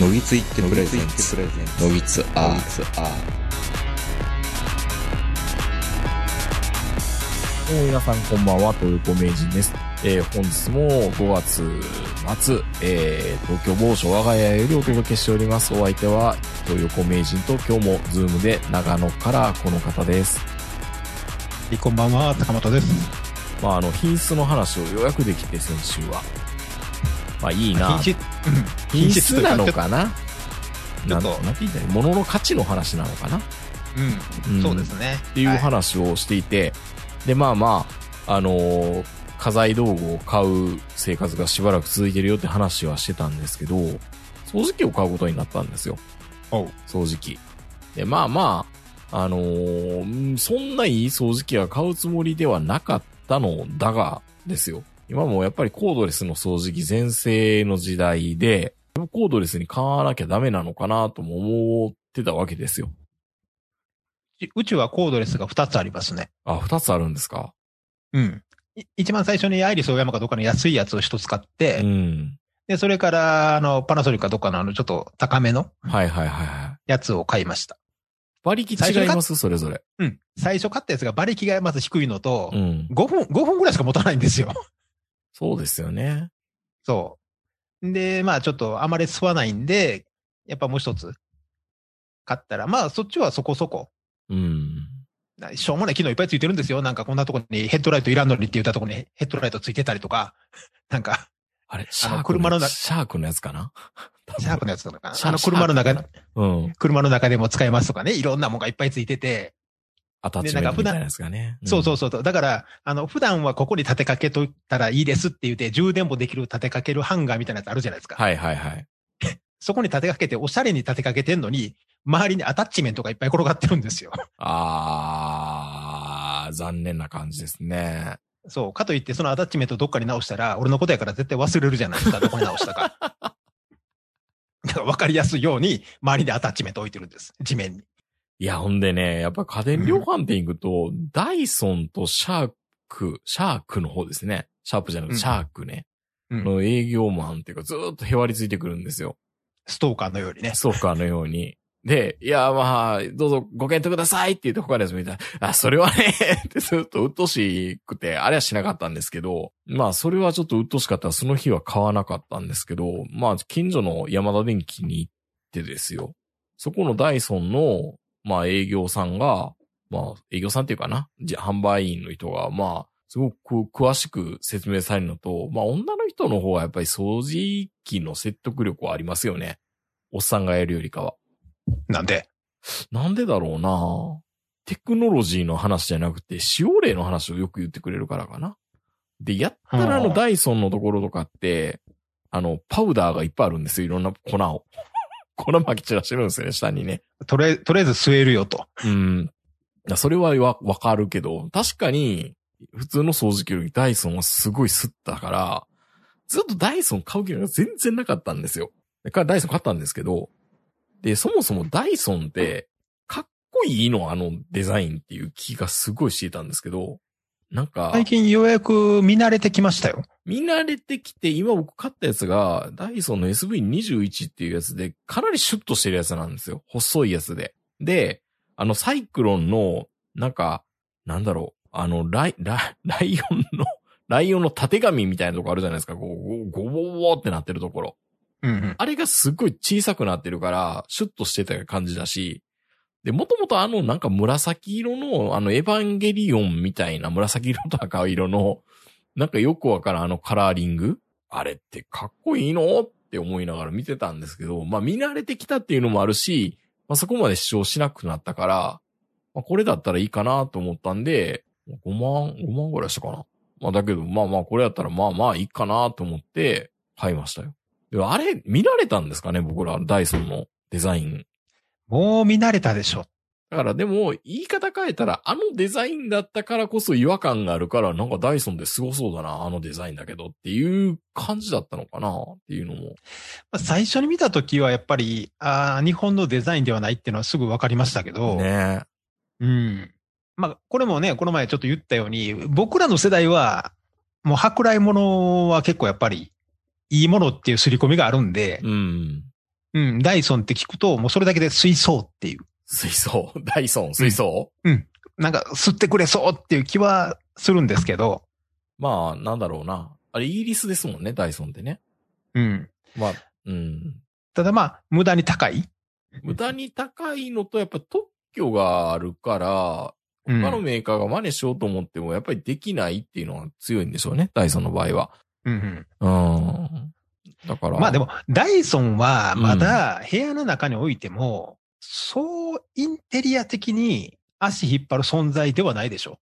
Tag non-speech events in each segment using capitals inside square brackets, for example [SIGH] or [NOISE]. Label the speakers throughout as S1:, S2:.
S1: のぎついってプレゼン
S2: ツ
S1: ツ
S2: プレゼン
S1: のぎつ
S2: あ
S1: あ
S3: えー皆さんこんばんは、東横名人です。えー本日も5月末、えー東京某所我が家よりお届けしております。お相手は、東横名人と今日もズームで長野からこの方です。
S4: えこんばんは、高本です。
S3: まあ、あの、品質の話をようやくできて、先週は。まあ、いいな。
S4: 品質、
S3: 品質なのかな
S4: ち
S3: な
S4: ょっ
S3: ん
S4: と
S3: なんて言ったらいい物の価値の話なのかな、
S4: うんん、そうですね。
S3: っていう話をしていて、で、まあまあ、あのー家財道具を買う生活がしばらく続いてるよって話はしてたんですけど、掃除機を買うことになったんですよ。
S4: おう
S3: 掃除機。で、まあまあ、あのーうんそんないい掃除機は買うつもりではなかったのだが、ですよ。今もやっぱりコードレスの掃除機全盛の時代で、コードレスに買わなきゃダメなのかなとも思ってたわけですよ。
S4: ちうちはコードレスが2つありますね。
S3: あ、二つあるんですか
S4: うん。い一番最初にアイリスオーヤマかどっかの安いやつを1つ買って、
S3: うん。
S4: で、それから、あの、パナソニックかどっかのあの、ちょっと高めの
S3: はいはいはいはい。
S4: やつを買いました。
S3: 馬力違いますそれぞれ。
S4: うん。最初買ったやつが馬力がまず低いのと、
S3: うん。
S4: 5分、5分ぐらいしか持たないんですよ。 [LAUGHS]
S3: そうですよね。
S4: そう。で、まあちょっとあまり吸わないんで、やっぱもう一つ買ったら、まあそっちはそこそこ。
S3: うん。
S4: なしょうもない機能いっぱいついてるんですよ。なんかこんなとこにヘッドライトいらんのにって言ったとこにヘッドライトついてたりとか、 [LAUGHS] なんか、
S3: あれ、シャークの
S4: 車の中
S3: シャークのやつかな
S4: シャープのやつなのかな
S3: シ。ャ
S4: あの車の中
S3: シャー
S4: に
S3: ク、うん。
S4: 車の中でも使えますとかね、いろんなもんがいっぱいついてて、
S3: アタッチメントみたいなやつがね。
S4: そうそううそう。だから、あの、普段はここに立てかけといたらいいですって言って、充電もできる立てかけるハンガーみたいなやつあるじゃないですか。
S3: ん。はいはいはい。
S4: そこに立てかけて、おしゃれに立てかけてんのに、周りにアタッチメントがいっぱい転がってるんですよ。
S3: あー、残念な感じですね。
S4: そう。かといって、そのアタッチメントどっかに直したら、俺のことやから絶対忘れるじゃないですか、どこに直したか。 [LAUGHS] だから分かりやすいように、周りでアタッチメント置いてるんです。地面に。
S3: いや、ほんでね、やっぱ家電量販店行くと、ダイソンとシャーク、シャークの方ですね。シャープじゃなく
S4: う
S3: て、
S4: ん
S3: シャークね。
S4: うん
S3: の営業マンっていうか、ずーっとへわりついてくるんですよ。
S4: ストーカーのようにね。
S3: そうか、のように。で、いや、まあ、どうぞご検討くださいって言って他のやつ見たら、あ、それはね、 [LAUGHS] ってずっと鬱陶しくて、あれはしなかったんですけど、まあ、それはちょっと鬱陶しかったら、その日は買わなかったんですけど、まあ、近所の山田電機に行ってですよ。そこのダイソンの、まあ、営業さんが、まあ、営業さんっていうかな、じゃ販売員の人が、まあ、すごくこう詳しく説明されるのと、まあ、女の人の方はやっぱり掃除機の説得力はありますよね。おっさんがやるよりかは。
S4: なんで。
S3: なんでだろうなテクノロジーの話じゃなくて、使用例の話をよく言ってくれるからかな。で、やったらあ
S4: う
S3: の
S4: ん
S3: ダイソンのところとかって、あの、パウダーがいっぱいあるんですよ。いろんな粉を。粉撒き散らしてるんですよね、下にね。
S4: とりあえず、とりあえず吸えるよと。
S3: うん。いやそれはわ、わかるけど、確かに、普通の掃除機よりダイソンはすごい吸ったから、ずっとダイソン買う気が全然なかったんですよ。だからダイソン買ったんですけど、で、そもそもダイソンって、かっこいいのあのデザインっていう気がすごいしてたんですけど、なんか、
S4: 最近ようやく見慣れてきましたよ。
S3: 見慣れてきて、今僕買ったやつが、ダイソンの SV21 っていうやつで、かなりシュッとしてるやつなんですよ。細いやつで。で、あの、サイクロンの、なんか、なんだろう、あの、ライ、ラライオンの、ライオンの縦紙みたいなとこあるじゃないですか。こう、ごごぼぼってなってるところ。
S4: うんうん。
S3: あれがすごい小さくなってるから、シュッとしてた感じだし、で、もともとあのなんか紫色の、あのエヴァンゲリオンみたいな紫色と赤色の、なんかよくわからんあのカラーリングあれってかっこいいのって思いながら見てたんですけど、まあ見慣れてきたっていうのもあるし、まあそこまで主張しなくなったから、まあこれだったらいいかなと思ったんで、5万、5万ぐらいしたかな。まあだけど、まあまあこれだったらまあまあいいかなと思って買いましたよ。でもあれ、見られたんですかね僕ら、ダイソンのデザイン。
S4: もう見慣れたでしょ。
S3: だからでも、言い方変えたら、あのデザインだったからこそ違和感があるから、なんかダイソンで凄そうだな、あのデザインだけどっていう感じだったのかなっていうのも。
S4: まあ最初に見たときはやっぱり、ああ、日本のデザインではないっていうのはすぐ分かりましたけど、
S3: ね
S4: うん。まあ、これもね、この前ちょっと言ったように、僕らの世代は、もう舶来物は結構やっぱり、いいものっていう刷り込みがあるんで
S3: え。う、ん。
S4: うん、ダイソンって聞くと、もうそれだけで水槽っていう、
S3: 水槽、 [LAUGHS] ダイソン、水槽、
S4: なんか吸ってくれそうっていう気はするんですけど、
S3: まあ、なんだろうな。あれ、イギリスですもんね、ダイソンってね。
S4: うん。
S3: まあ、うん。
S4: ただまあ、無駄に高い。
S3: 無駄に高いのと、やっぱ特許があるから、
S4: うん
S3: 他のメーカーが真似しようと思っても、やっぱりできないっていうのは強いんでしょうね、ダイソンの場合は。
S4: うん
S3: うん。だか
S4: う
S3: ら。
S4: ん、まあでも、ダイソンは
S3: うん
S4: まだ部屋の中においても、そうインテリア的に足引っ張る存在ではないでしょ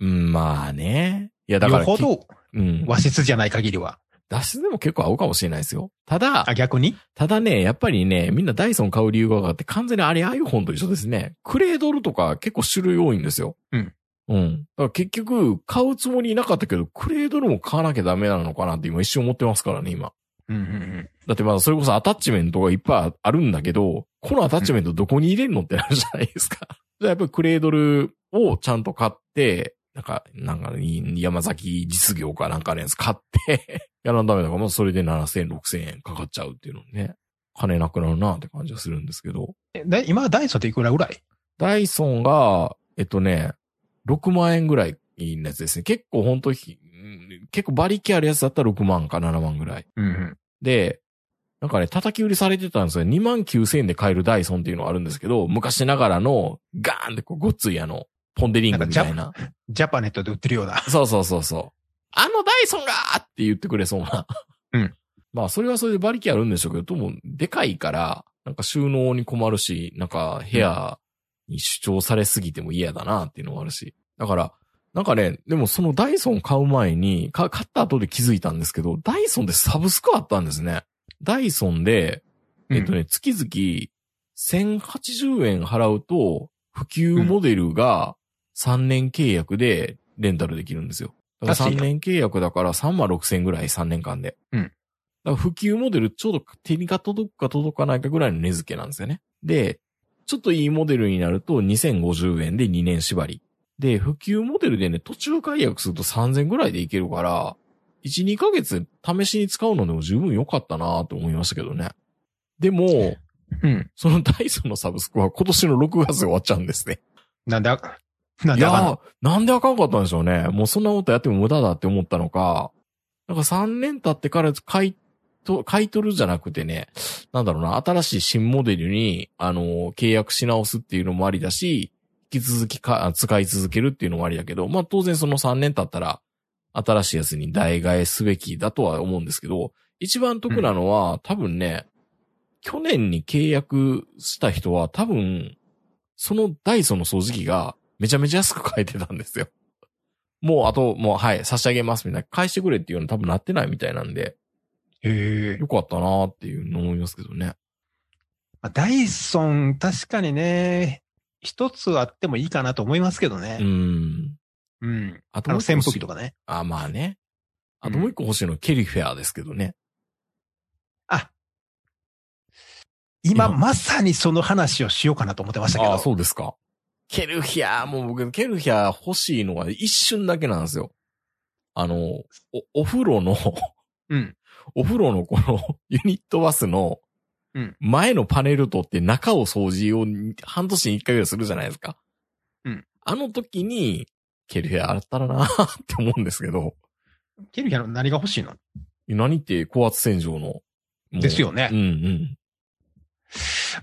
S3: うん、まあね。いや、
S4: う。
S3: だか
S4: よ
S3: ら、
S4: ほど
S3: うん。
S4: 和室じゃない限りは。
S3: 脱出でも結構合うかもしれないですよ。ただ
S4: あ、、逆に
S3: ただね、やっぱりね、みんなダイソン買う理由が分かって、完全にあれ iPhone と一緒ですね。クレードルとか結構種類多いんですよ。
S4: うん。
S3: うん。だから結局、買うつもりなかったけど、クレードルも買わなきゃダメなのかなって今一瞬思ってますからね、今。
S4: うんうんうん。
S3: だってまあ、それこそアタッチメントがいっぱいあるんだけど、このアタッチメントどこに入れんのってなるじゃないですか。 [LAUGHS] じゃあやっぱりクレードルをちゃんと買って、なんか、なんかいい、山崎実業かなんかのやつ買って、 [LAUGHS] やらんダメだから、まあそれで7000、6000円かかっちゃうっていうのね。金なくなるなって感じはするんですけど。
S4: えだ今、ダイソンっていくらぐらい
S3: ダイソンが、えっとね、6万円ぐらいのやつですね。結構本当ひうん結構馬力あるやつだったら6万か7万ぐらい。
S4: うんうん。
S3: で、なんかね、叩き売りされてたんですよ。2万9千円で買えるダイソンっていうのがあるんですけど、昔ながらのガーンってこうごっついあの、ポンデリングみたいな。
S4: ジャパネットで売ってるような。
S3: そうそうそうそう。あのダイソンがーって言ってくれそうな。
S4: うん。
S3: まあ、それはそれで馬力あるんでしょうけど、とも、でかいから、なんか収納に困るし、なんか部屋に主張されすぎても嫌だなっていうのもあるし。だから、なんかね、でもそのダイソン買う前に、か買った後で気づいたんですけど、ダイソンでサブスクあったんですね。ダイソンで、えっとね、月々1080円払うと、普及モデルが3年契約でレンタルできるんですよ。だから
S4: 安
S3: 3
S4: いよ
S3: 年契約だから3万6千ぐらい3年間で。
S4: うん
S3: だから普及モデルちょうど手にが届くか届かないかぐらいの値付けなんですよね。で、ちょっといいモデルになると2050円で2年縛り。で、普及モデルでね、途中解約すると3000ぐらいでいけるから、1、2ヶ月試しに使うのでも十分良かったなと思いましたけどね。でも、
S4: うん。うん。
S3: そのダイソンのサブスクは今年の6月で終わっちゃうんですね。
S4: なんで、なん
S3: い
S4: であかん
S3: や
S4: の、
S3: なんであかんかったんでしょうね。もうそんなことやっても無駄だって思ったのか、なんか3年経ってから買いと、買い取るじゃなくてね、なんだろうな、新しい新モデルに、あの、契約し直すっていうのもありだし、引き続きか、あ使い続けるっていうのもありだけど、まあ当然その3年経ったら、新しいやつに代替えすべきだとは思うんですけど、一番得なのは、多分ね、去年に契約した人は多分、そのダイソンの掃除機がめちゃめちゃ安く買えてたんですよ。 [LAUGHS] もうあと、もうはい、差し上げますみたいな、返してくれっていうの多分なってないみたいなんで、
S4: へえ
S3: よかったなーっていうの思いますけどね。
S4: まあダイソン、確かにね、一つあってもいいかなと思いますけど
S3: う
S4: ね。
S3: ん。
S4: うん。
S3: あと
S4: あ
S3: もう
S4: の、
S3: 一個
S4: 扇
S3: 欲しい
S4: 風機とかね。
S3: あ、まあね。あともう一個欲しいのはケリフェアですけどね。
S4: あ、今
S3: 今
S4: まさにその話をしようかなと思ってましたけ
S3: あ
S4: ど。
S3: あ、そうですか。ケルヒャー、もう僕、ケルヒャー欲しいのが一瞬だけなんですよ。あの、お、お風呂の、
S4: うん。
S3: [LAUGHS] お風呂のこの [LAUGHS] ユニットバスの
S4: うん、
S3: 前のパネル取って中を掃除を半年に一回ぐらいするじゃないですか。
S4: うん。
S3: あの時に、ケルヒャーあったらなって思うんですけど、
S4: ケルヒャの何が欲しいの
S3: 何って高圧洗浄の。もう
S4: です。よね。
S3: うんうん。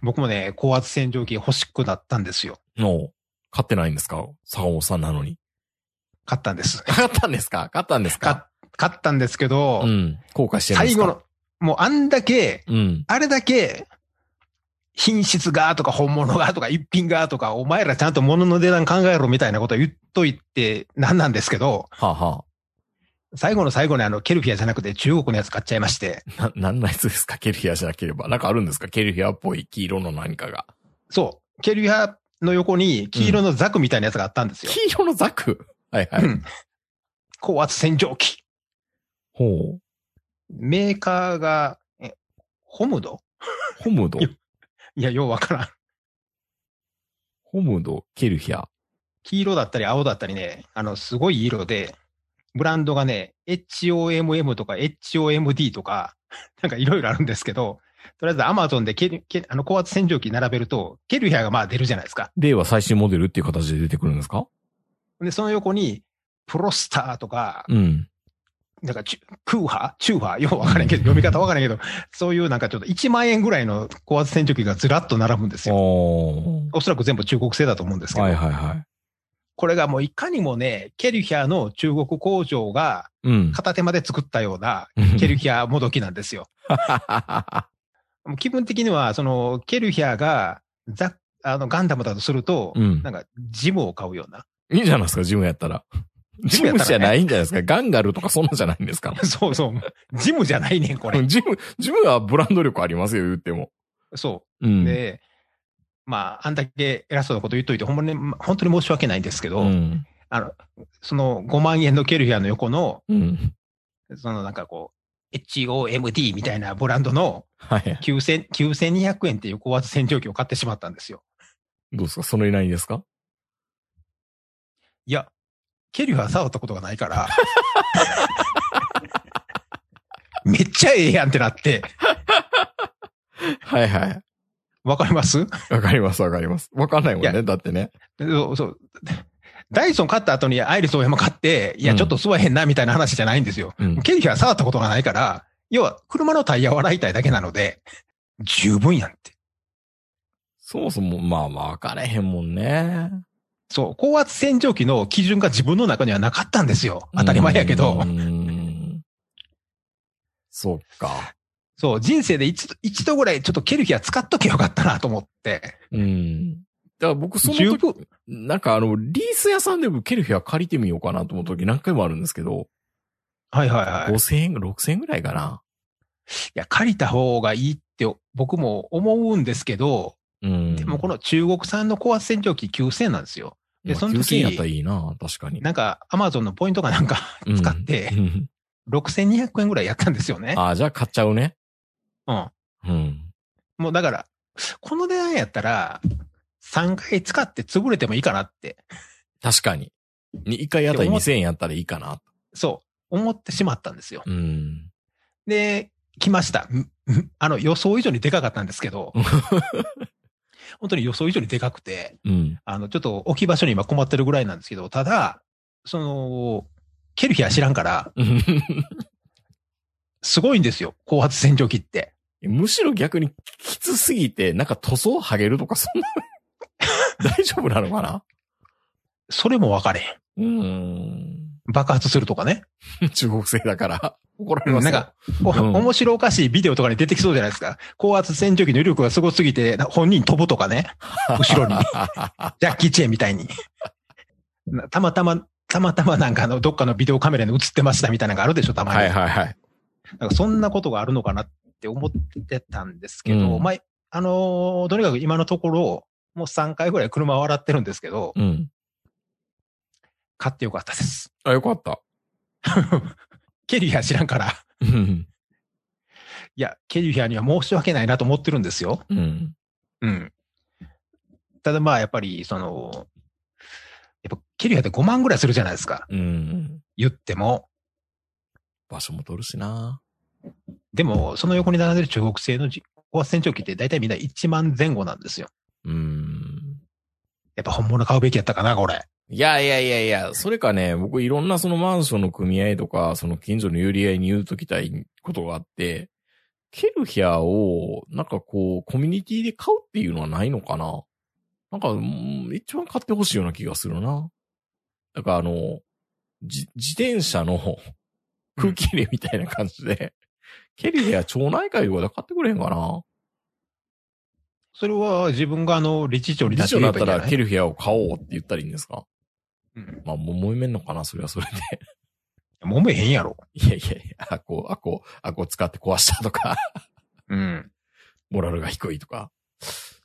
S4: 僕もね、高圧洗浄機欲しくなったんですよ。
S3: の、買ってないんですか坂本さんなのに。 [LAUGHS]
S4: 買ったんです。
S3: 買ったんですか買ったんです
S4: 買
S3: か
S4: っ買ったんですけど、
S3: うん。後悔してないで
S4: 最
S3: すか
S4: 後の、もうあんだけ、
S3: うん。
S4: あれだけ、品質がとか本物がとか一品がとか、お前らちゃんと物の値段考えろみたいなこと言っといてなんなんですけど、
S3: はあ、は
S4: 最後の最後にあの、ケルフィアじゃなくて中国のやつ買っちゃいまして、
S3: あ、な、何のやつですかケルヒアじゃなければ。なんかあるんですかケルヒアっぽい黄色の何かが。
S4: そう、ケルフィアの横に黄色のザクみたいなやつがあったんですよ。
S3: 黄色のザク [LAUGHS] はいはい。
S4: うん高圧洗浄機。
S3: ほう。
S4: メーカーが、え、ホムド
S3: ホムド
S4: い。やいや、ようわからん。
S3: ホムド、ケルヒア。
S4: 黄色だったり青だったりね、あの、すごい色で、ブランドがね、HOMM とか HOMD とか、なんかいろいろあるんですけど、とりあえず Amazon でけけあの高圧洗浄機並べると、ケルヒャーがまあ出るじゃないですか。
S3: 例は最新モデルっていう形で出てくるんですか
S4: で、その横に、プロスターとか、
S3: うん。
S4: なんかチュ、クーハーチューハーようわからんけど、読み方わからんけど、そういうなんかちょっと1万円ぐらいの高圧洗浄機がずらっと並ぶんですよ。
S3: おー
S4: おそらく全部中国製だと思うんですけど、
S3: はいはいは
S4: これがもういかにもね、ケルヒャーの中国工場が
S3: い。うん。
S4: 片手まで作ったような、ケルヒャーもどきなんですよ。もう気分的には、その、ケルヒャーが、ザあの、ガンダムだとすると、
S3: [LAUGHS] うん
S4: なんか、ジムを買うような。 [LAUGHS]
S3: いいじゃないですか、ジムやったら。ジ
S4: ジムや
S3: ム
S4: ったらね
S3: じゃないんじゃないですか。ガンガルとかそんなんじゃないんですか。
S4: そうそう。ジムじゃないねん、これ。
S3: ジム、ジムはブランド力ありますよ、言っても。
S4: そうう。
S3: ん。
S4: で、まあ、あんだけ偉そうなこと言っといて、ほんまに、ま本当に申し訳ないんですけど、
S3: うん。
S4: あの、その5万円のケルヒャーの横の、
S3: うん。
S4: そのなんかこう、HOMD みたいなブランドの
S3: はい。
S4: 9000 9200円っていう高圧洗浄機を買ってしまったんですよ。
S3: どうですかそれいないですか
S4: いや、ケルヒャー触ったことがな
S3: [LAUGHS]
S4: いから、めっちゃええやんってなって、
S3: はいはい。
S4: わかります
S3: わかります、わかります。わかんないもん
S4: い
S3: ね、だってね。
S4: そうそう。ダイソン買った後にアイリスオーヤマ買って、いや、
S3: うん
S4: ちょっと吸わへんなみたいな話じゃないんですよ。
S3: うん。
S4: ケルヒャー触ったことがないから、要は車のタイヤを洗いたいだけなので、十分やんって。
S3: そもそも、まあまあ、わかれへんもんね。
S4: そう、高圧洗浄機の基準が自分の中にはなかったんですよ。当たり前やけど
S3: う。ん。そっか。
S4: そう、人生で一度、一度ぐらいちょっとケルヒャー使っとけよかったなと思って。
S3: うん。だから僕、その
S4: 十
S3: 時、
S4: 分。
S3: なんかあの、リース屋さんでもケルヒャー借りてみようかなと思う時何回もあるんですけど、
S4: はいはいはい。い
S3: 5000円、6000円ぐらいかな。
S4: や、借りた方がいいって僕も思うんですけど、
S3: うん。
S4: でもこの中国産の高圧洗浄機9000なんですよ。で
S3: まあ
S4: その時
S3: 9000円やったらいいな、確かに。
S4: なんか、アマゾンのポイントかなんか [LAUGHS]
S3: うん
S4: 使って、
S3: うん
S4: 6200円ぐらいやったんですよね。
S3: ああ、じゃあ買っちゃうね。
S4: うん。
S3: うん。
S4: もうだから、この値段やったら、3回使って潰れてもいいかなって、
S3: 確かに。に1回あたり2000円やったらいいかな。
S4: そう、思ってしまったんですよ。
S3: うん。
S4: で、来ました。んんあの、予想以上にでかかったんですけ
S3: [LAUGHS]
S4: ど、本当に予想以上にでかくて、
S3: [LAUGHS] うん。
S4: あの、ちょっと置き場所に今困ってるぐらいなんですけど、ただ、その、ケルヒア知らんから、すごいんですよ。高圧洗浄機って。
S3: むしろ逆にきつすぎて、なんか塗装剥げるとか、そん [LAUGHS] な、大丈夫なのかな
S4: それも分かれへん。
S3: うん。
S4: 爆発するとかね。
S3: 中国製だから、怒られ
S4: な
S3: ます
S4: ん
S3: よ
S4: か、お
S3: うん
S4: 面白おかしいビデオとかに出てきそうじゃないですか。高圧洗浄機の威力がすごすぎて、な本人飛ぶとかね。
S3: [LAUGHS]
S4: 後ろに。ジャッキー・チェーンみたいに。 [LAUGHS] なたまたま、たまたまなんかあの、どっかのビデオカメラに映ってましたみたいなのがあるでしょ、たまに。
S3: はいはいはい。
S4: なんかそんなことがあるのかなって思ってたんですけど、
S3: うん
S4: まあ、あのーとにかく今のところ、もう3回ぐらい車を洗ってるんですけど、
S3: うん。
S4: 買ってよかったです。
S3: あ、よかった。
S4: ケリア知らんから、
S3: [LAUGHS]
S4: [LAUGHS]
S3: うん。
S4: いや、ケリアには申し訳ないなと思ってるんですよ。
S3: うん。
S4: うん。ただまあ、やっぱり、その、やっぱ、ケリアって5万ぐらいするじゃないですか。
S3: うん。
S4: 言っても。
S3: 場所も取るしな。
S4: でも、その横に並んでる中国製のじ高圧洗浄機って大体みんな1万前後なんですよ。
S3: うん。
S4: やっぱ本物買うべきやったかな、これ。
S3: いやいやいやいや、それかね、僕いろんなそのマンションの組合とか、その近所の寄り合いに言うときたいことがあって、ケルヒャーを、なんかこう、コミュニティで買うっていうのはないのかななんか、うん一番買ってほしいような気がするな。なんかあの、じ、自転車の [LAUGHS] 空気入れみたいな感じで、ケルヒャー町内会とかで買ってくれへんかな
S4: それは自分があの、理事長に
S3: 理
S4: なっ
S3: 事
S4: て
S3: 長だった
S4: ればいいんじゃ
S3: ら
S4: ない
S3: ケルヒャーを買おうって言ったらいいんですか
S4: うん
S3: まあ、もう揉めんのかなそれはそれで。
S4: 揉めへんやろ。
S3: いやいやいや、あこう、あこう、あこう使って壊したとか、 [LAUGHS]
S4: うん。
S3: モラルが低いとか。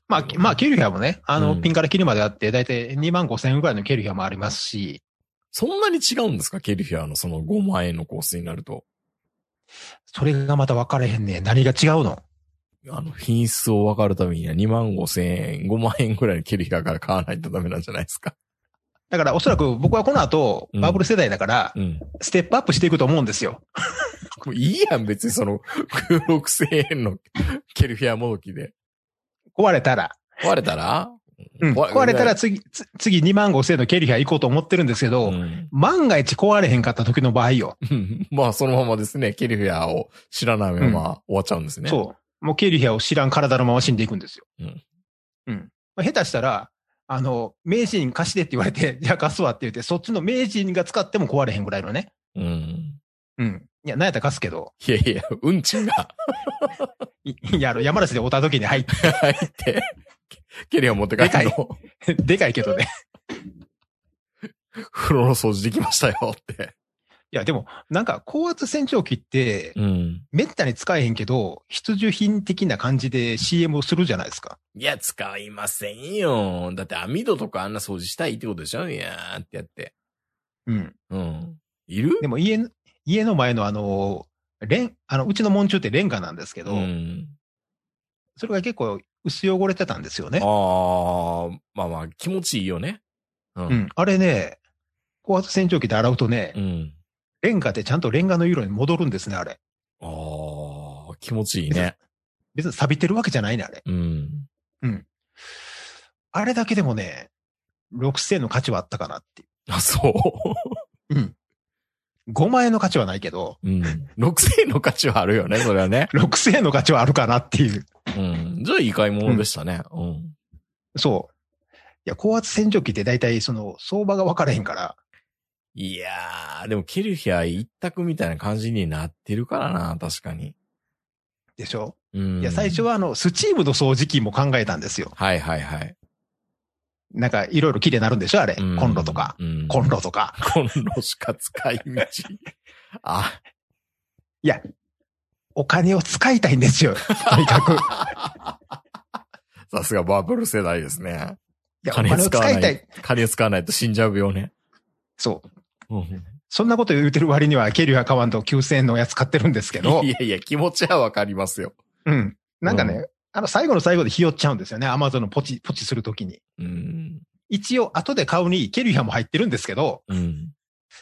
S4: まあ、まあ、ケルヒアもね、あの、
S3: うん
S4: ピンからキリまであって、大体2万5千円ぐらいのケルヒアもありますし、
S3: そんなに違うんですかケルフィアのその5万円のコースになると。
S4: それがまた分かれへんね。何が違うの
S3: あの、品質を分かるためには2万5千円、5万円ぐらいのケルフィアから買わないとダメなんじゃないですか
S4: だからおそらく僕はこの後、
S3: うん
S4: バブル世代だから、
S3: うん。
S4: ステップアップしていくと思うんですよ。
S3: もういいやん、別にその、6000円のケルフィアもどきで。
S4: 壊れたら。
S3: 壊れたら
S4: うん
S3: 壊れ
S4: 壊れたら次、つ次2万5千円の経理費行こうと思ってるんですけ
S3: う
S4: ど、
S3: ん。
S4: 万が一壊れへんかった時の場合よ。
S3: うん [LAUGHS] まあ、そのままですね、ケルフィアを知らないまま終わっちゃうんですね。
S4: そう。もう経理費を知らん体のまま死んでいくんですよ。
S3: うん。
S4: うん。まあ、下手したら、あの、名人貸してって言われて、 [LAUGHS] じゃあ貸すわって言って、そっちの名人が使っても壊れへんぐらいのね。
S3: う。うん。
S4: うん。いや、なんやったら貸すけど、 [LAUGHS]
S3: いやいや、うんちが
S4: いいや、あの山梨でおった時に入っ
S3: 入って、ケルフィア持って帰って
S4: で
S3: の、
S4: て、 [LAUGHS] でかいけどね。
S3: 風呂の掃除できましたよって。
S4: いや、でも、なんか高圧洗浄機って、
S3: うん。
S4: めったに使えへんけど、必需品的な感じで CM をするじゃないですか。
S3: いや、使いませんよ。だって網戸とかあんな掃除したいってことでしょいやーってやって。
S4: うん。
S3: うん。いる
S4: でも家の、家の前のあの、レン、あの、うちの門中ってレンガなんですけど、
S3: うん。
S4: それが結構薄汚れてたんですよね。
S3: ああ、まあまあ、気持ちいいよね。う
S4: うん。。あれね、高圧洗浄機で洗うとね、
S3: うん。
S4: レンガってちゃんとレンガの色に戻るんですね、あれ。
S3: ああ、気持ちいいね。
S4: 別に錆びてるわけじゃないね、あ
S3: [LAUGHS]
S4: れ。
S3: うん。
S4: あれだけでもね、6000の価値はあったかなってい。
S3: あ、そう
S4: うん。5万円の価値はないけど、
S3: う。うん。6000円の [LAUGHS] 価値はあるよね、それはね。
S4: 6000の価値はあるかなっていう。
S3: うん。じゃあ、いい買い物でしたね。うん。
S4: そう。いや、高圧洗浄機って大体その相場が分からへんから、
S3: いやー、でも、ケルヒャー一択みたいな感じになってるからな、確かに。
S4: でしょ、
S3: うん。
S4: いや、最初。はあの、スチームの掃除機も考えたんですよ。
S3: はいはいはい。
S4: なんかいろいろ綺麗になるんでしょあれ。
S3: うん
S4: コンロとか。。
S3: うん。
S4: コンロとか。
S3: コンロしか使い道。 [LAUGHS] あ、
S4: お金を使いたいんですよ。とにかく。い
S3: さすがバブル世代ですね。[LAUGHS]
S4: や、お
S3: 金
S4: 金を
S3: 使わ
S4: 使い
S3: な
S4: た
S3: い
S4: い。。
S3: 金使わないと死んじゃうよね。
S4: そう。
S3: うん。
S4: そんなこと言うてる割には、ケリュアカワンと9000円のやつ買ってるんですけど
S3: い、やいや、気持ちはわかりますよ。
S4: うん。なんかね、
S3: う
S4: あの、最後の最後でひよっちゃうんですよね。アマゾンのポチ、ポチするときに。
S3: うん。
S4: 一応、後で買うにケリュアも入ってるんですけど、
S3: うん。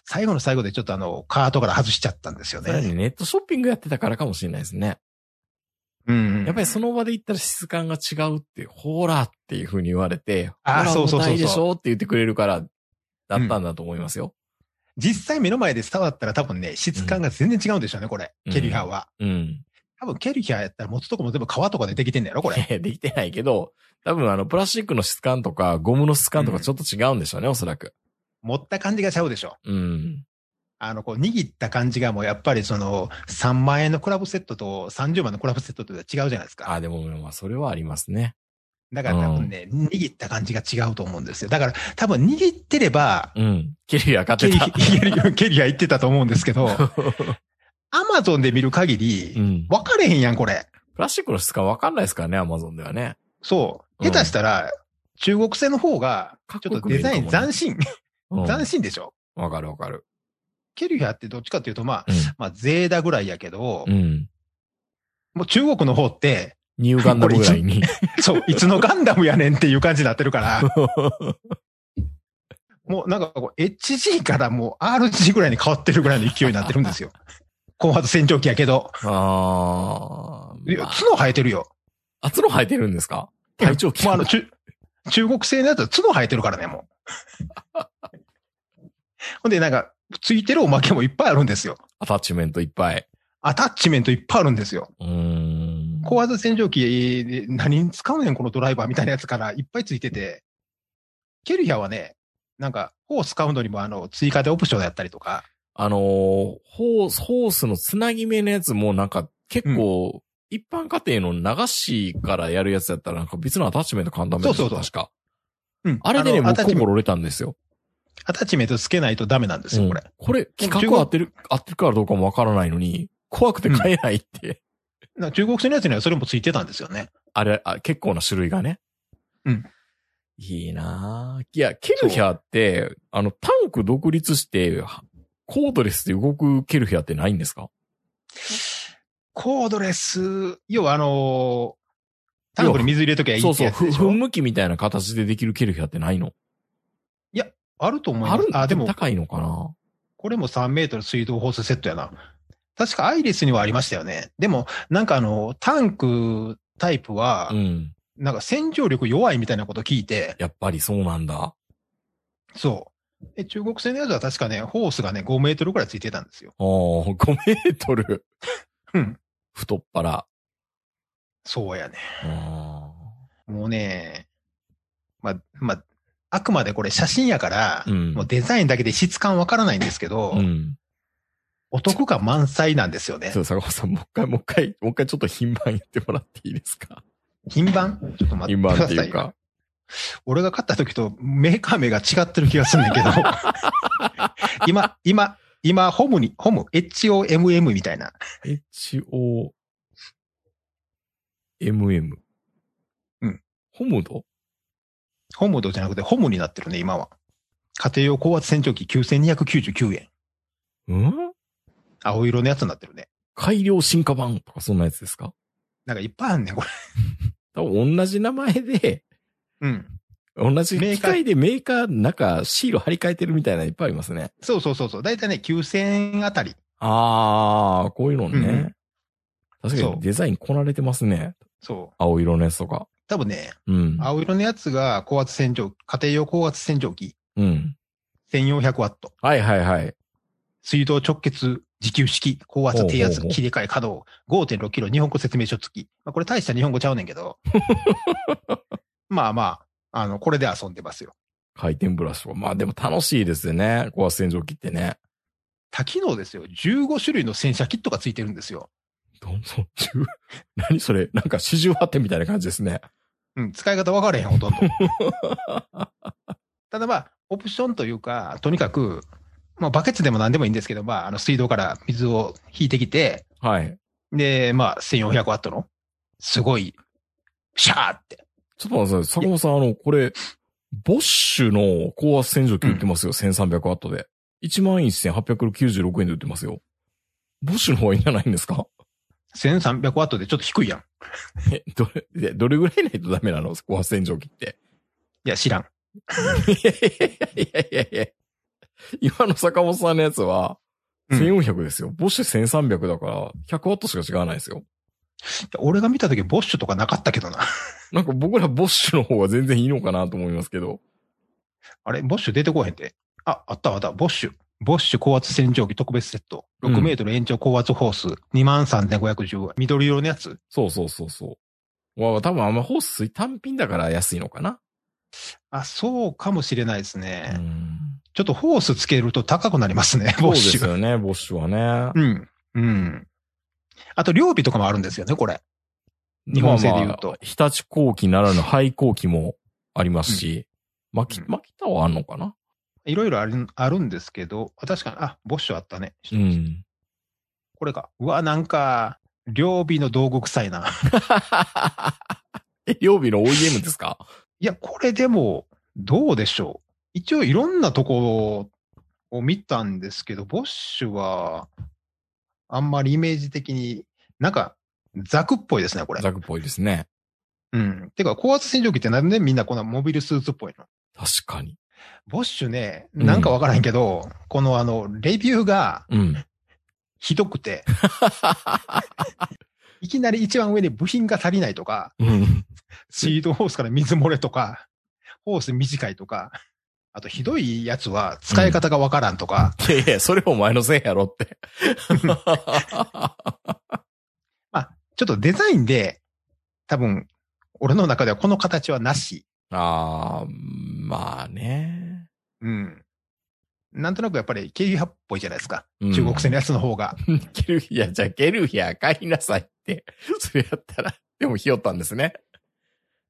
S4: 最後の最後でちょっとあの、カートから外しちゃったんですよ
S3: さらに
S4: ね。
S3: ネットショッピングやってたからかもしれないですね。
S4: うん。
S3: やっぱりその場で行ったら質感が違うって、ほらっていう風に言われて、
S4: あー
S3: ほら
S4: そうそうそうそう
S3: 重たいでしょって言ってくれるから、だったんだと思いますよ。
S4: 実際目の前で伝わったら多分ね、質感が全然違うんでしょうね、これ。
S3: うん
S4: ケリュアは。
S3: うん。
S4: 多分ケリュアやったら持つとこも全部革とかでできてんだやろ、これ。
S3: えできてないけど、多分あの、プラスチックの質感とか、ゴムの質感とかちょっと違うんでしょうね、おそらく。
S4: 持った感じがちゃうでしょ。
S3: うん。
S4: あの、こう、握った感じがもうやっぱりその、3万円のクラブセットと30万のクラブセットとは違うじゃないです
S3: あ
S4: か。
S3: ー、でも、まあ、それはありますね。
S4: だから多分ね、握った感じが違うと思うんですよ。だから多分握ってれば、
S3: うん。ケリア勝
S4: ケ
S3: て [LAUGHS]
S4: リ
S3: た。
S4: ケリケリア言ってたと思うんですけど、アマゾンで見る限
S3: う
S4: り、
S3: ん。
S4: 分かれへんやん、これ。
S3: プラスチックの質感わかんないですからね、アマゾンではね。
S4: そう。
S3: うん
S4: 下手したら、中国製の方が、ちょっとデザイン
S3: かっこよ
S4: 斬新、
S3: うん
S4: 斬新でしょ。
S3: わかるわかる。
S4: ケリアってどっちかっていうと、まあ、
S3: う
S4: まあ、ゼーダぐらいやけど、
S3: ん。うん。
S4: もう中国の方って、 [LAUGHS]
S3: ニューガンダムぐらいに。
S4: そう、いつのガンダムやねんっていう感じになってるから、もうなんかこう HG からもう RG ぐらいに変わってるぐらいの勢いになってる
S3: [LAUGHS]
S4: んですよ。後発洗浄機やけど、
S3: [LAUGHS] あ
S4: い
S3: ー
S4: や
S3: まあ。
S4: 角生えて
S3: [LAUGHS]
S4: るよ。
S3: あ、角生えてるんですか体調気
S4: もうあの、中、中国製のやつは角生えてるからね、もう。 [LAUGHS] ほんでなんか、ついてるおまけもいっぱいあるんですよ。
S3: アタッチメントいっぱい。
S4: アタッチメントいっぱいあるんですよ。
S3: うーん。
S4: 高圧洗浄機で何に使うねん、このドライバーみたいなやつからいっぱいついてて、ケルヒャはね、なんか、ホース買うのにもあの、追加でオプションやったりとか、
S3: あのーホース、ホースのつなぎ目のやつもなんか結構、一般家庭の流しからやるやつだったらなんか別のアタッチメント簡単め
S4: そうそうそう
S3: 確か。
S4: うん。
S3: あれでね、
S4: のアタ
S3: 僕
S4: ッチメント
S3: 心折れたんですよ。
S4: アタッチメントつけないとダメなんですよ、これ
S3: うん。これ、企画合ってる、合ってるからどうかもわからないのに、怖くて買えないって。
S4: なんか中国製のやつにはそれもついてたんですよね。
S3: あれあ、結構な種類がね。
S4: うん。
S3: いいなぁ。いや、ケルヒャーって、あの、タンク独立して、はコードレスで動くケルヒャーってないんですか
S4: コードレス、要はあのータンクに水入れときゃいい
S3: そう
S4: って
S3: そう、
S4: やつ
S3: ふ
S4: でしょ
S3: 噴霧器みたいな形でできるケルヒャーってないの
S4: いや、あると思い
S3: あ
S4: ます
S3: る。
S4: あ、でも、
S3: 高いのかな
S4: これも3メートル水道ホースセットやな。確かアイリスにはありましたよね。でも、なんかあの、タンクタイプは
S3: う、ん。
S4: なんか洗浄力弱いみたいなこと聞いて、
S3: やっぱりそうなんだ。
S4: そう。え中国製のやつは確かね、ホースがね、5メートルくらいついてたんですよ。
S3: おー、5メートル。
S4: うん。
S3: 太っ腹。
S4: そうやね。
S3: あ
S4: もうね、まあ、まあ、あくまでこれ写真やから、
S3: ーうん
S4: もうデザインだけで質感わからないんですけど、
S3: うん。
S4: お得感満載なんですよね
S3: ちょ。っと坂本さん、もう一回、もう一回、もう一回ちょっと品番言ってもらっていいですか
S4: 品番ちょっと待って
S3: 品番
S4: くださ
S3: っ
S4: い。
S3: ていう
S4: [LAUGHS]
S3: か。
S4: 俺が買った時とメーカー名が違ってる気がするんだけ
S3: [LAUGHS]
S4: ど。今、今、今、ホムに、ホム、HOMM みたいな。
S3: HO、MM。
S4: うん。
S3: ホムド
S4: ホムドじゃなくてホムになってるね、今は。家庭用高圧洗浄機9299円。
S3: うん
S4: 青色のやつになってるね。
S3: 改良進化版とかそんなやつですか
S4: なんかいっぱいあんねん、これ。
S3: 多分同じ名前で、
S4: うん。
S3: 同じ
S4: メー
S3: 機
S4: カー
S3: 械でメーカー、なんかシール貼り替えてるみたいなのいっぱいありますね。
S4: そうそうそうそう。だいたいね、9000円あたり。
S3: あー、こういうのね。
S4: うん
S3: 確か
S4: そう
S3: にデザインこなれてますね。
S4: そう。
S3: 青色のやつとか。
S4: 多分ね、
S3: うん。
S4: 青色のやつが高圧洗浄、家庭用高圧洗浄機
S3: うん。
S4: 1400ワット。
S3: はいはいはい。
S4: 水道直結自給式、高圧低
S3: ほうほう
S4: 圧
S3: ほう
S4: 切り替え稼働、5.6キロ日本語説明書付き。まあ、これ大した日本語ちゃうねん
S3: [LAUGHS]
S4: けど。まあまあ、あの、これで遊んでますよ。
S3: 回転ブラシとか。まあでも楽しいですよね。高圧洗浄機ってね。
S4: 多機能ですよ。15種類の洗車キットが付いてるんですよ。
S3: どんどん中、 [LAUGHS] 何それなんか四十八点みたいな感じですね。
S4: うん、使い方分かれへん、
S3: [LAUGHS]
S4: ほとんど。ただまあ、オプションというか、とにかく、まあ、バケツでも何でもいいんですけど、まあ、あの、水道から水を引いてきて、
S3: はい。
S4: で、まあ、1400ワットの、すごい、シャーって。
S3: ちょっと待ってください。坂本さん、あの、これ、ボッシュの高圧洗浄機売ってますよ。1300ワットで。11,896円で売ってますよ。ボッシュの方がいいんじゃないんですか
S4: 1300ワットでちょっと低いやん。い
S3: え、どれ、でどれぐらいないとダメなの高圧洗浄機って。
S4: や、知らん。
S3: [LAUGHS] いやいやいやいやいや。今の坂本さんのやつは、
S4: うん
S3: 1400ですよ。ボッシュ1300だから、100ワットしか違わないですよ。
S4: 俺が見た時ボッシュとかなかったけどな。 [LAUGHS]
S3: なんか僕らボッシュの方が全然いいのかなと思いますけど。
S4: あれボッシュ出てこうへんて。あ、あったあった。ボッシュ。ボッシュ高圧洗浄機特別セット。
S3: うん
S4: 6メートル延長高圧ホース。23,510円。緑色のやつ。
S3: そうそうそうそう。わ多分あんまホース水単品だから安いのかな。
S4: あ、そうかもしれないですね。
S3: ん。
S4: ちょっとホースつけると高くなりますね。
S3: そ
S4: ボ
S3: う
S4: ッ
S3: で
S4: シ
S3: す
S4: ュ。
S3: よね、ボッシュはね。
S4: うん。うん。あと、料理とかもあるんですよね、これ。日本製で言うと
S3: まあまあ日立後期ならぬ廃後期もありますし、巻き、
S4: うん
S3: 巻きタワーあんのかない
S4: ろいろあるあるんですけど、あ確かに、あ、ボッシュあったね。 [LAUGHS]
S3: うん。
S4: これか。うわ、なんか、料理の道具臭いな。
S3: え、曜日の OEM ですか
S4: いや、これでも、どうでしょう。一応いろんなところを見たんですけど、ボッシュは、あんまりイメージ的に、なんか、ザクっぽいですね、これ。
S3: ザクっぽいですね。
S4: うん。てか、高圧洗浄機ってなんでみんなこんなモビルスーツっぽいの
S3: 確かに。
S4: ボッシュね、
S3: うん
S4: なんかわからへんけど、このあの、レビューが
S3: うん。
S4: ひど
S3: [LAUGHS]
S4: くて、いきなり一番上で部品が足りないとか、
S3: うん。
S4: 水道ホースから水漏れとか、ホース短いとか、あとひどいやつは使い方がわからんとか、
S3: [LAUGHS] いやいや、それお前のせいやろって。
S4: ちょっとデザインで、多分、俺の中ではこの形はなし。
S3: [LAUGHS] ああ、まあね。
S4: うん。なんとなくやっぱり経由派っぽいじゃないですか。
S3: うん
S4: 中国製のやつの方が。
S3: ゲルヒア、じゃあゲルヒア買いなさいって。それやったら、でもひよったんですね。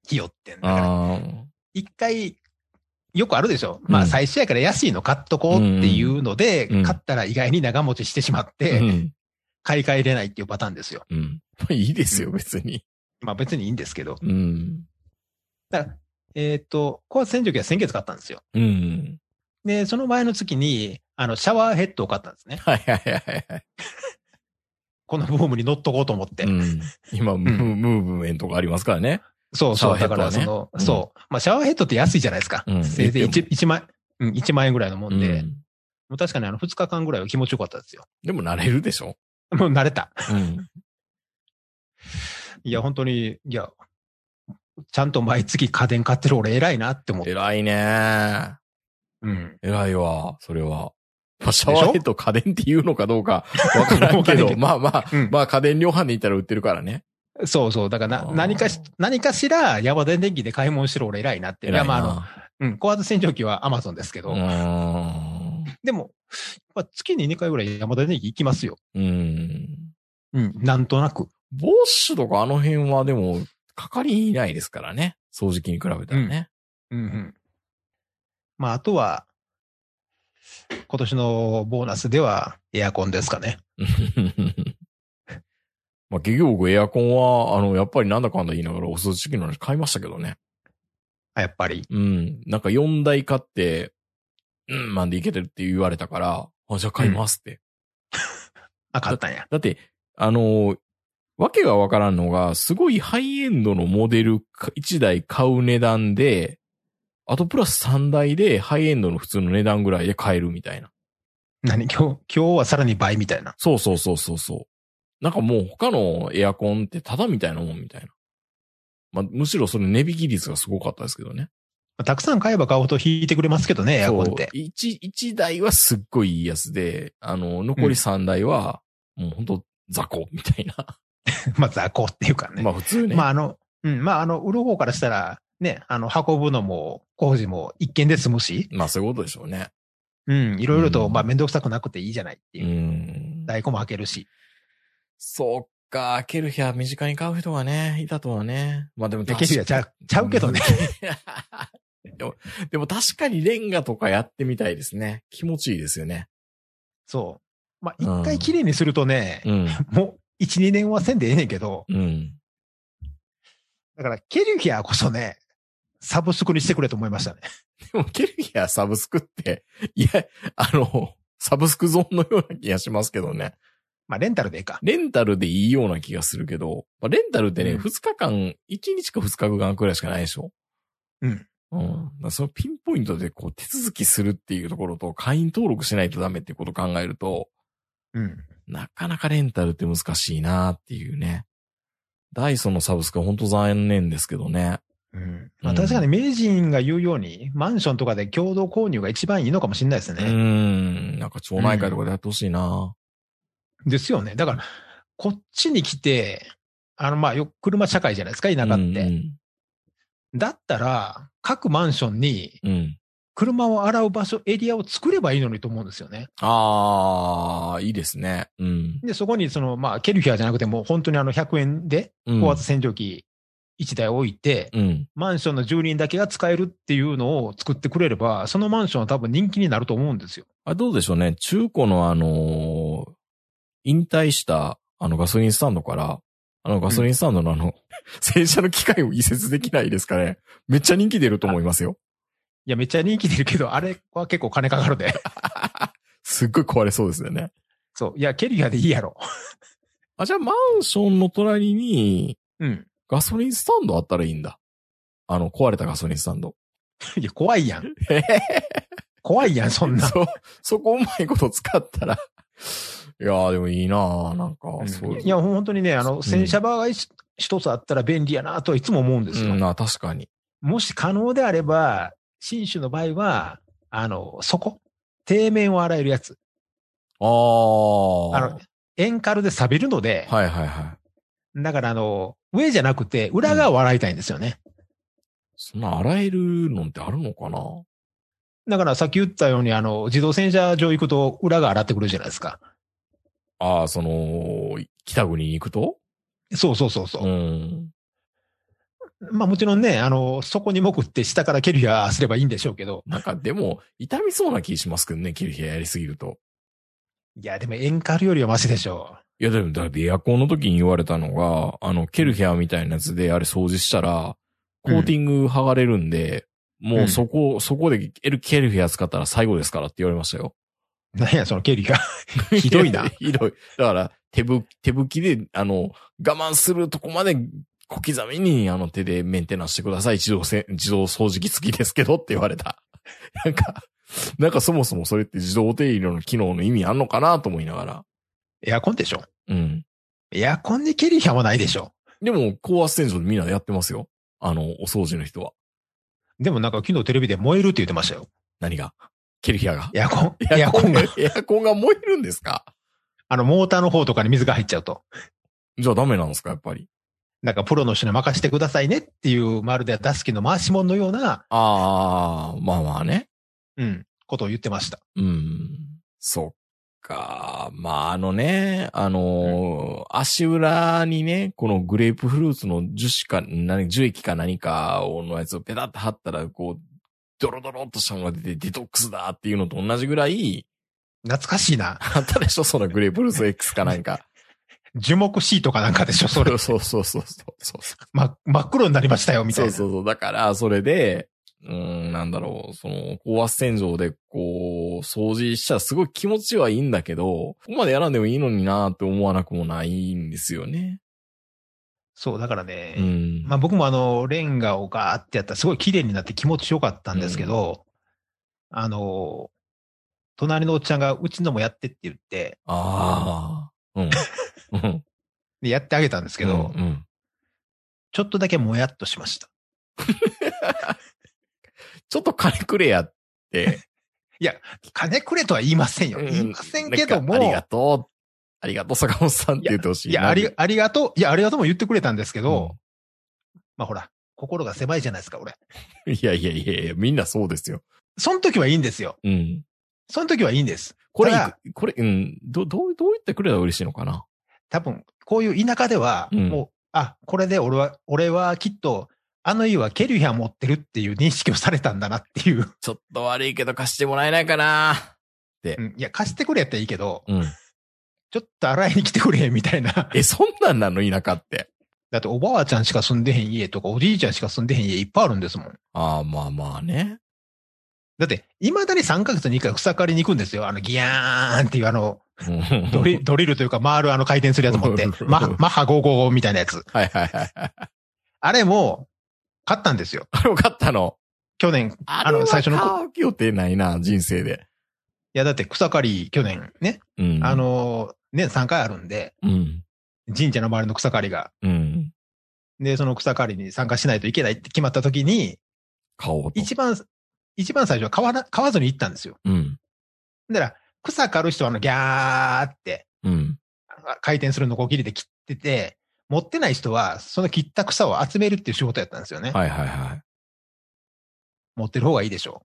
S4: ひよってんだから。
S3: あ
S4: 一回、よくあるでしょ。ま
S3: う
S4: あ
S3: ん
S4: 最初やから安いの買っとこうっていうので、
S3: うんうん
S4: 買ったら意外に長持ちしてしまっ
S3: あ。う
S4: て、
S3: ん。
S4: 買い替えれないっていうパターンですよ。
S3: うん。まあいいですよ、別に。
S4: まあ別にいいんですけど。
S3: うん。
S4: だから、えっ、と、高圧洗浄機は先月買ったんですよ。
S3: うん。
S4: で、その前の月に、あの、シャワーヘッドを買ったんですね。
S3: はいはいはいはい。
S4: このブームに乗っとこうと思って。
S3: うん、今、ムームーブメントがありますからね。
S4: そうそう。
S3: シャ
S4: だ
S3: ワーヘッ
S4: か
S3: ドはね
S4: ら、その、
S3: うん
S4: そう。まあ、シャワーヘッドって安いじゃないですか。
S3: うん
S4: せいぜい
S3: 言って
S4: 1, 万、うん、1万円ぐらいのもんで、
S3: うん
S4: もう確かにあの2日間ぐらいは気持ちよかったですよ。 [LAUGHS]
S3: でも慣れるでしょ
S4: もう慣れた。
S3: うん。
S4: いや、本当に、いや、ちゃんと毎月家電買ってる俺偉いなって思っ
S3: [LAUGHS]
S4: て。
S3: 偉いねー。
S4: うん。
S3: 偉いわ、それは。まあ、シャワーヘッド家電って言うのかどうかわからんけ
S4: わかんないけ
S3: ど、
S4: ど
S3: まあまあ、
S4: うん
S3: まあ家電量販に行ったら売ってるからね。
S4: そうそう。だから
S3: あ
S4: な、
S3: ー
S4: 何かし、何かしら、ヤバ電電機で買い物してる俺偉いなって。
S3: 偉いな。
S4: や、まあ、あの、うん、高圧洗浄機はアマゾンですけど、でも、まあ、月に2回ぐらい山田電機行きますよ。
S3: うーん。うん。
S4: うん、なんとなく。
S3: ボッシュとかあの辺はでも、かかりいないですからね。掃除機に比べたらね。
S4: うんうん。まあ、あとは、今年のボーナスではエアコンですかね。
S3: [LAUGHS] まあ結局僕エアコンは、あの、やっぱりなんだかんだ言いながらお掃除機の話買いましたけどね。
S4: あやっぱり。
S3: うん。なんか4台買って、うん、まんでいけてるって言われたから、あ、じゃあ買いますって。
S4: あ、買ったんや。
S3: だって、あの、わけがわからんのが、すごいハイエンドのモデル1台買う値段で、あとプラス3台でハイエンドの普通の値段ぐらいで買えるみたいな。
S4: 何今日、今日はさらに倍みたいな。
S3: そうそうそうそうそう。なんかもう他のエアコンってタダみたいなもんみたいな。まあ、むしろその値引き率がすごかったですけどね。
S4: まあたくさん買えば買うほど引いてくれますけどね、エアコンっ
S3: そ
S4: て。
S3: う一一台はすっごいいいやつで、あの、残り3台は、もうほんと雑魚みたいな。
S4: まあ、雑魚っていうかね。
S3: [LAUGHS] ま
S4: ま
S3: あ普通
S4: あ、
S3: ね。
S4: あの、うん、まあ、あの、売る方からしたら、ね、あの、運ぶのも、工事も一件で済むし、
S3: まあそういうことでしょうね。
S4: うん、いろいろと、
S3: うん
S4: まあ、めんどくさくなくていいじゃないって
S3: う
S4: いう。
S3: ん。
S4: 在庫も開けるし。
S3: そっか、ケルヒャ身近に買う人がね、いたとはね。まあでも
S4: で
S3: 確か
S4: ケルヒャちゃうちゃうけどね。
S3: うん。 [LAUGHS] でも、でも確かにレンガとかやってみたいですね。気持ちいいですよね。
S4: そう。まあ、
S3: うん
S4: 一回綺麗にするとね、
S3: うん。
S4: もう、一、二年はせんでええねんけど、
S3: うん。
S4: だから、ケルヒャこそね、サブスクにしてくれと思いましたね。
S3: [LAUGHS]
S4: [LAUGHS]
S3: でもケルヒャサブスクって、いや、あの、サブスクゾーンのような気がしますけどね。
S4: まあ、レンタルでええか。
S3: レンタルでいいような気がするけど、まあ、レンタルってね、
S4: うん
S3: 2日間、1日か2日間くらいしかないでしょ
S4: うん。
S3: うん。だからそのピンポイントでこう手続きするっていうところと会員登録しないとダメっていうことを考えると、
S4: うん。
S3: なかなかレンタルって難しいなっていうね。ダイソンのサブスクは本当残念ですけどね。
S4: うん。ま
S3: う
S4: あ、
S3: ん
S4: 確かに名人が言うように、マンションとかで共同購入が一番いいのかもしれないです
S3: うー
S4: ね。
S3: ん。なんか町内会とかでやってほしいな、
S4: ですよね。だから、こっちに来て、あの、まあ、よ、車社会じゃないですか、田
S3: う
S4: 舎って。
S3: ん。
S4: だったら、各マンションに
S3: うん。
S4: 車を洗う場所、エリアを作ればいいのにと思うんですよね。
S3: あー、いいですね。うん。
S4: で、そこに、その、まあ、ケルヒャーじゃなくても、本当にあの、100円で、
S3: うん
S4: 高圧洗浄機1台置いて、
S3: うん。
S4: マンションの住人だけが使えるっていうのを作ってくれれば、そのマンションは多分人気になると思うんですよ。
S3: あれどうでしょうね。中古のあのー引退したあのガソリンスタンドから、あのガソリンスタンドのあの、 [LAUGHS] 洗車の機械を移設できないですかね。めっちゃ人気出ると思いますよ。
S4: いや、めっちゃ人気出るけど、あれは結構金かかるで。 [LAUGHS]
S3: すっごい壊れそうですよね。
S4: そう。いや、ケルヒャーでいいやろ。
S3: あ、じゃあマンションの隣に
S4: うん。
S3: ガソリンスタンドあったらいいんだ。あの、壊れたガソリンスタンド。
S4: いや、怖いやん。
S3: [LAUGHS]
S4: 怖いやん、そんな。
S3: そ、そこうまいこと使ったら。いやーでもいいなーなんか、そう。
S4: いや、本当にね、あの、洗車場が一一つあったら便利やなとはいつも思うんですよ。
S3: うん、な確かに。
S4: もし可能であれば、新種の場合は、あの、そこ、底面を洗えるやつ。
S3: あー。
S4: あの、塩カルで錆びるので、
S3: はいはいはい。
S4: だからあの、上じゃなくて、裏側を洗いたいんですよね。
S3: そんな洗えるのってあるのかな
S4: だからさっき言ったように、あの、自動洗車場行くと裏側洗ってくれるじゃないですか。
S3: ああ、その、北国に行くと
S4: そうそうそうそう
S3: う。ん。
S4: まあもちろんね、あの、そこに潜って下から蹴るやすればいいんでしょうけど、
S3: なんかでも、痛みそうな気しますけどね、キルヒアやりすぎると。
S4: いや、でも塩カルよりはマシでしょ
S3: いや、でも、だってエアコンの時に言われたのが、あの、ケルヒアみたいなやつであれ掃除したら、コーティング剥がれるんで、もうそこ、そこでエルケルヒア使ったら最後ですからって言われましたよ。
S4: う。なんや、その蹴るや。 [LAUGHS] ひどいな
S3: [LAUGHS] ひどい。だから、手ぶ、手拭きで、あの、我慢するとこまで小刻みに、あの、 [LAUGHS] 手でメンテナンスしてください。自動せ、自動掃除機付きですけどって言われた。なんか、なんかそもそもそれって自動手入れの機能の意味あんのかなと思いながら。
S4: [LAUGHS] エアコンでしょ
S3: うん。
S4: エアコンで蹴る暇はないでしょ
S3: でも、高圧洗浄でみんなやってますよ。あの、お掃除の人は。
S4: でもなんか昨日テレビで燃えるって言ってましたよ。
S3: 何がケルヒアが。
S4: エアコン。エアコンが。。
S3: [LAUGHS] エアコンが燃えるんですか
S4: あの、モーターの方とかに水が入っちゃうと。
S3: じゃあダメなんですかやっぱり。
S4: なんかプロの人に任せてくださいねっていう、まるでダスキの回し者のような、
S3: ああ、まあまあね。
S4: うん、ことを言ってました。
S3: うん。そっか。まあ、あのね、あのー足裏にね、このグレープフルーツの樹脂か、何、樹液か何かをのやつをペタッと貼ったら、こう、ドロドロっとしたのが出てデトックスだっていうのと同じぐらい、 [LAUGHS]
S4: 懐かしいな。
S3: あったでしょそのグレープフルーツ X かなんか。
S4: 樹木シートかなんかでしょ [LAUGHS] そ
S3: そ
S4: れ
S3: う。そうそうそうそうそう。
S4: ま、真っ黒になりましたよ、みたいな。
S3: そうそうそう。だから、それで、うーん、なんだろう、その、高圧洗浄で、こう、掃除したらすごい気持ちはいいんだけど、ここまでやらんでもいいのになーって思わなくもないんですよね。
S4: そうだから
S3: う
S4: ね、
S3: ん。
S4: まあ僕もあの、レンガをガーってやったらすごい綺麗になって気持ちよかったんですけど、あの、隣のおっちゃんがうちのもやってって言って、
S3: ああ。うん。うん。
S4: でやってあげたん [LAUGHS] ですけど、
S3: うんうん。
S4: ちょっとだけもやっとしました。
S3: ちょっと金くれやって。
S4: 金くれとは言いませんよ。
S3: うん
S4: 言いませんけども、
S3: なんかありがとう。ありがとう、坂本さんって言ってほしい
S4: い
S3: な。
S4: やあり、ありがとう、いや、ありがとうも言ってくれたんですけど、
S3: うん
S4: まあほら、心が狭いじゃないですか、俺。
S3: いやいやいやいや、みんなそうですよ。
S4: その時はいいんですよ。
S3: うん。
S4: その時はいいんです。
S3: これい
S4: ただ
S3: く、これ、うん、ど、どう、どう言ってくれたら嬉しいのかな。
S4: 多分、こういう田舎では、
S3: うん
S4: もう、あ、これで俺は、俺はきっと、あの家はケルヒャー持ってるっていう認識をされたんだなっていう。 [LAUGHS]
S3: ちょっと悪いけど貸してもらえないかな。
S4: うんいや、貸してくれやったらいいけど、
S3: うん。
S4: ちょっと洗いに来てくれ、みたいな。 [LAUGHS]
S3: え、そんなんなの田舎って。
S4: だっておばあちゃんしか住んでへん家とか、おじいちゃんしか住んでへん家いっぱいあるんですもん。
S3: ああ、まあまあね。、
S4: だって、未だに3ヶ月に1回草刈りに行くんですよ。あの、ギヤーンっていうあの、ドリドリルというか回るあの回転するやつ持ってママッハ555みたいなやつ。
S3: はいはいはいはい。
S4: あれも、買ったんですよ。
S3: あれよかったの。
S4: 去年。い
S3: あ
S4: の
S3: の、最
S4: 最
S3: 初
S4: 初
S3: の。
S4: の
S3: 買う予定ないな、人生で。
S4: や、だって草刈り、去年ね。
S3: うん。
S4: あ、の、年3回あるんで、
S3: うん。
S4: 神社の周りの草刈りが。
S3: うん。
S4: で、その草刈りに参加しないといけないって決まった時に、
S3: 買おうと。
S4: 一番、一番最初は買わな、買わずに行ったんですよ。
S3: うん。
S4: だから、草刈る人はあの、ギャーって、
S3: うん。
S4: 回転するのこう切りで切ってて、持ってない人は、その切った草を集めるっていう仕事やったんですよね。
S3: はいはいは
S4: 持ってる方がいいでしょ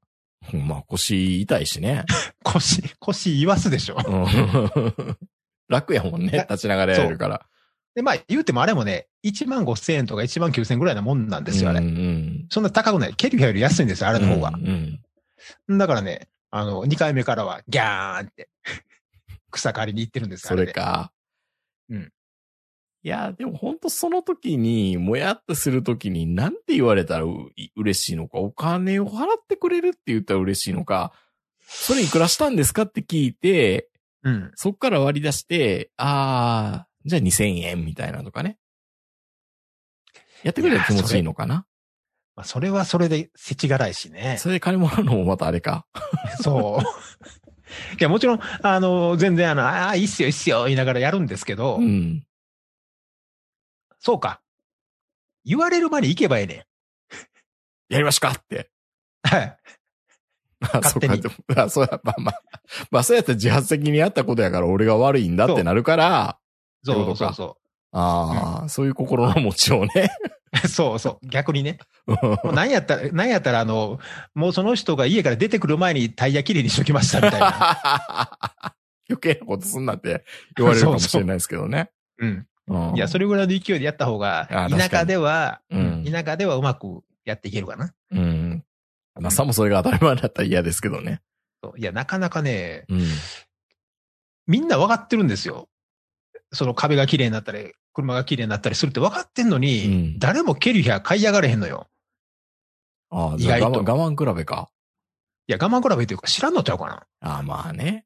S3: いほんまあ、腰痛いしね。
S4: う。腰、腰言わすでしょ。
S3: うん [LAUGHS] 楽やもんね。立ちながらやれるから。
S4: で、まあ、言うてもあれもね、1万5千円とか1万9千円ぐらいなもんなんですよ、あれ。
S3: うんうん。
S4: そんな高くない。ケルヒャーより安いんですよ、あれの方が
S3: う。ん
S4: だからね、あの、2回目からは、ギャーンって、 [LAUGHS] 草刈りに行ってるんです
S3: それ。か。
S4: うん。
S3: いや、でも本当その時に、もやっとする時に、なんて言われたらうい嬉しいのか、お金を払ってくれるって言ったら嬉しいのか、それいくらしたんですかって聞いて、
S4: あれねうん。
S3: そっから割り出して、あー、じゃあ2000円みたいなとかね。やってくれたら気持ちいいのかな
S4: まあ、それはそれで、せちがらいしね
S3: そ。れで金もらうのもまたあれか。 [LAUGHS]
S4: そう。いや、もちろん、あの、全然、あの、ああ、いいっすよ、いいっすよ、言いながらやるんですけど、
S3: うん。
S4: そうか。言われる前に行けばええねん。
S3: やりましょうかって。
S4: はい。
S3: あ、そう
S4: 勝手
S3: か。
S4: に
S3: でもあ、そうや、まあまあ。まあ、そうやって自発的にやったことやから俺が悪いんだってなるから、ってこ
S4: そ
S3: と
S4: うそ
S3: か
S4: うそ
S3: ああ、そういう心の持ちようね。
S4: う。 [LAUGHS] そうそう。逆にね。もう何やったら、何やったら、あの、もうその人が家から出てくる前にタイヤきれいにしときましたみた
S3: [LAUGHS]
S4: いな。
S3: 余計なことすんなって言われるかもしれないですけどね。
S4: うん。
S3: うん
S4: いや、それぐらいの勢いでやった方
S3: あ
S4: が、
S3: ー
S4: 田舎では、
S3: 確かにうん
S4: 田舎ではうまくやっていけるかな。
S3: うん。まあ、さもそれが当たり前だったら嫌ですけどね。
S4: そういや、なかなかね、
S3: うん。
S4: みんな分かってるんですよ。その壁がきれいになったり、車がきれいになったりするって分かってんのに、
S3: うん
S4: 誰もケルヒャー買い上がれへんのよ。
S3: ああ、じゃあ
S4: 意外
S3: 我
S4: と
S3: 慢、我慢比べか。
S4: いや、我慢比べというか知らんのちゃうか
S3: ああ、まあね。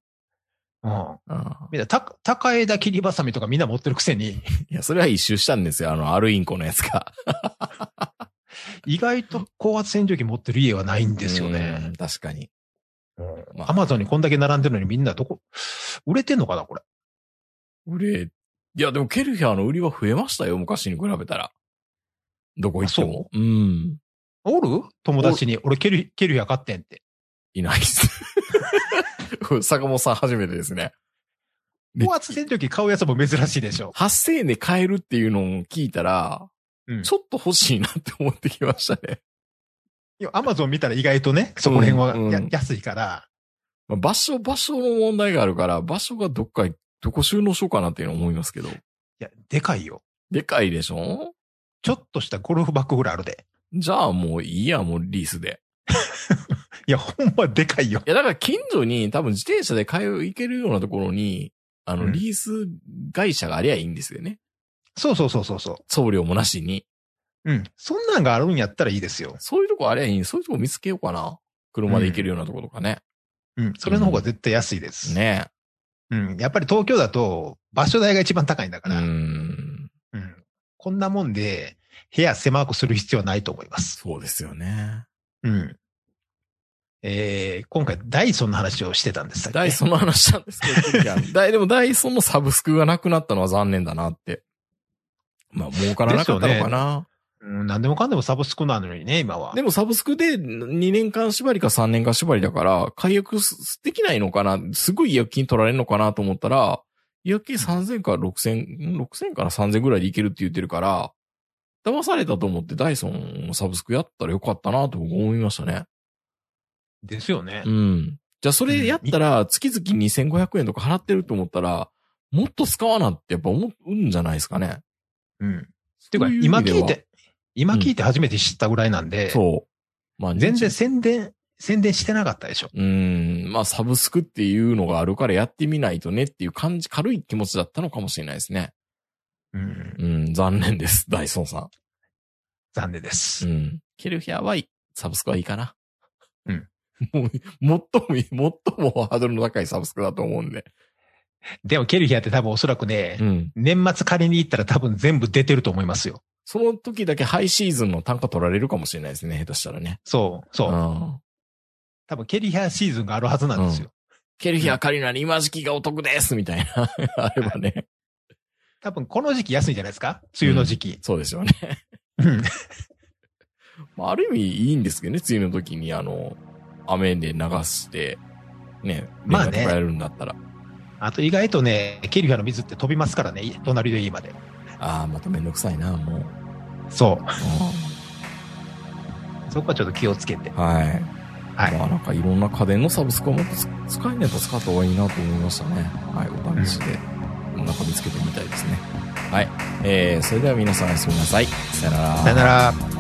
S4: な。うん。
S3: うん。
S4: みんな、た、高枝切りばさみとかみんな持ってるく
S3: [LAUGHS]
S4: せに、
S3: いや、それは一周したんですよ。あの、アルインコのやつが。
S4: 意外と高圧洗浄機持ってる家はないんですよね。
S3: うん。確かに。まあ
S4: アマゾンにこんだけ並んでるのにみんなどこ、売れてんのかな、これ。
S3: 売れ、いや、でもケルヒャーの売りは増えましたよ、昔に比べたら。どこ行っても。うん。
S4: おる友達に、俺ケル、ケルヒャ買ってんって。
S3: いないっす。 [LAUGHS] 坂本さん初めてですね。で
S4: 高圧洗浄機買うやつも珍しいで
S3: [LAUGHS]
S4: しょ。
S3: 8000円で買えるっていうのを聞いたら、
S4: うん
S3: ちょっと欲しいなって思ってきましたね。
S4: いや、アマゾン見たら意外とね、そこら辺は
S3: うん
S4: や
S3: うん
S4: 安いから、
S3: まあ場所、場所の問題があるから、場所がどっか、どこ収納しようかなっていうの思いますけど。
S4: いや、でかいよ。
S3: でかいでしょ
S4: ちょっとしたゴルフバッグぐらいあるで。
S3: じゃあもういいや、もうリースで。
S4: いや、ほんまでかいよ。
S3: いや、だから近所に多分自転車で通う、行けるようなところに、あ
S4: う
S3: の、
S4: ん
S3: リース会社がありゃいいんですよね。
S4: そうそうそうそうそ
S3: 送料もなしに。
S4: う。うん。そんなんがあるんやったらいいですよ。
S3: そういうとこありゃいい。そういうとこ見つけようかな。車で行けるようなところとかね。
S4: うん。それの方が絶対安いです。
S3: ね
S4: うん。やっぱり東京だと、場所代が一番高いんだか
S3: う
S4: ら、うん。
S3: ん。
S4: こんなもんで、部屋狭くする必要はないと思います。
S3: そうですよね。
S4: うん。えー、今回ダイソンの話をしてたんですだっけ
S3: ダイソンの話なんです
S4: [LAUGHS]
S3: けど、ダイ、でもダイソンのサブスクがなくなったのは残念だなって。まあ、儲からなかったのかな。
S4: うん、何でもかんでもサブスクなのにね、今は。
S3: でもサブスクで2年間縛りか3年間縛りだから、解約すできないのかなすごい違約金取られるのかなと思ったら、違約金3000から6000、ん6000から3000ぐらいでいけるって言ってるから、騙されたと思ってダイソンのサブスクやったらよかったなと僕思いましたね。
S4: ですよね
S3: う。ん。じゃあそれやったら、月々2500円とか払ってると思ったら、もっと使わなってやっぱ思うんじゃないですかね。
S4: うん。っていうか、
S3: そういう意
S4: 今
S3: 味では
S4: 聞いて、今聞いて初めて知ったぐらいなんで、
S3: そう。まあ、
S4: 全然宣伝、宣伝してなかったでしょ。
S3: うーん、まあサブスクっていうのがあるからやってみないとねっていう感じ、軽い気持ちだったのかもしれないですね。
S4: うん。
S3: うん、残念です、ダイソンさ
S4: 残念です。
S3: ん。うん。ケルヒャーはいい、サブスクはいいかな。
S4: うん。
S3: [LAUGHS] もう、最もいい、最もハードルの高いサブスクだと思うんで。
S4: でも、ケルヒアって多分おそらくね、
S3: うん。
S4: 年末仮に行ったら多分全部出てると思いますよ。
S3: その時だけハイシーズンの単価取られるかもしれないですね、下手したらね。
S4: そう、そうう。
S3: ん。
S4: 多分、ケルヒアシーズンがあるはずなんですよ。
S3: ケルヒャー借りるなら今時期がお得ですみたいな、 [LAUGHS] あればね。
S4: 多分、この時期安いんじゃないですか梅雨の時期。
S3: そうでしょうね。
S4: うん。
S3: まあ、ある意味いいんですけどね、梅雨の時にあの、雨で流して、ね、
S4: まあね
S3: 電話とかやるんだったら。
S4: あと、意外とね、ケルヒアの水って飛びますからね、隣の家まで。
S3: ああ、まためんどくさいな、もう。
S4: そう。
S3: う
S4: そこはちょっと気をつけて。
S3: んはい。
S4: はい。
S3: まあなんかいろんな家電のサブスクをもっとつ使えないと使った方がいいなと思いましたね。はい、お試しで、なんか見つけてみたいですね。はい。えー、それでは皆さんおやすみなさい。さよなら。
S4: さよなら。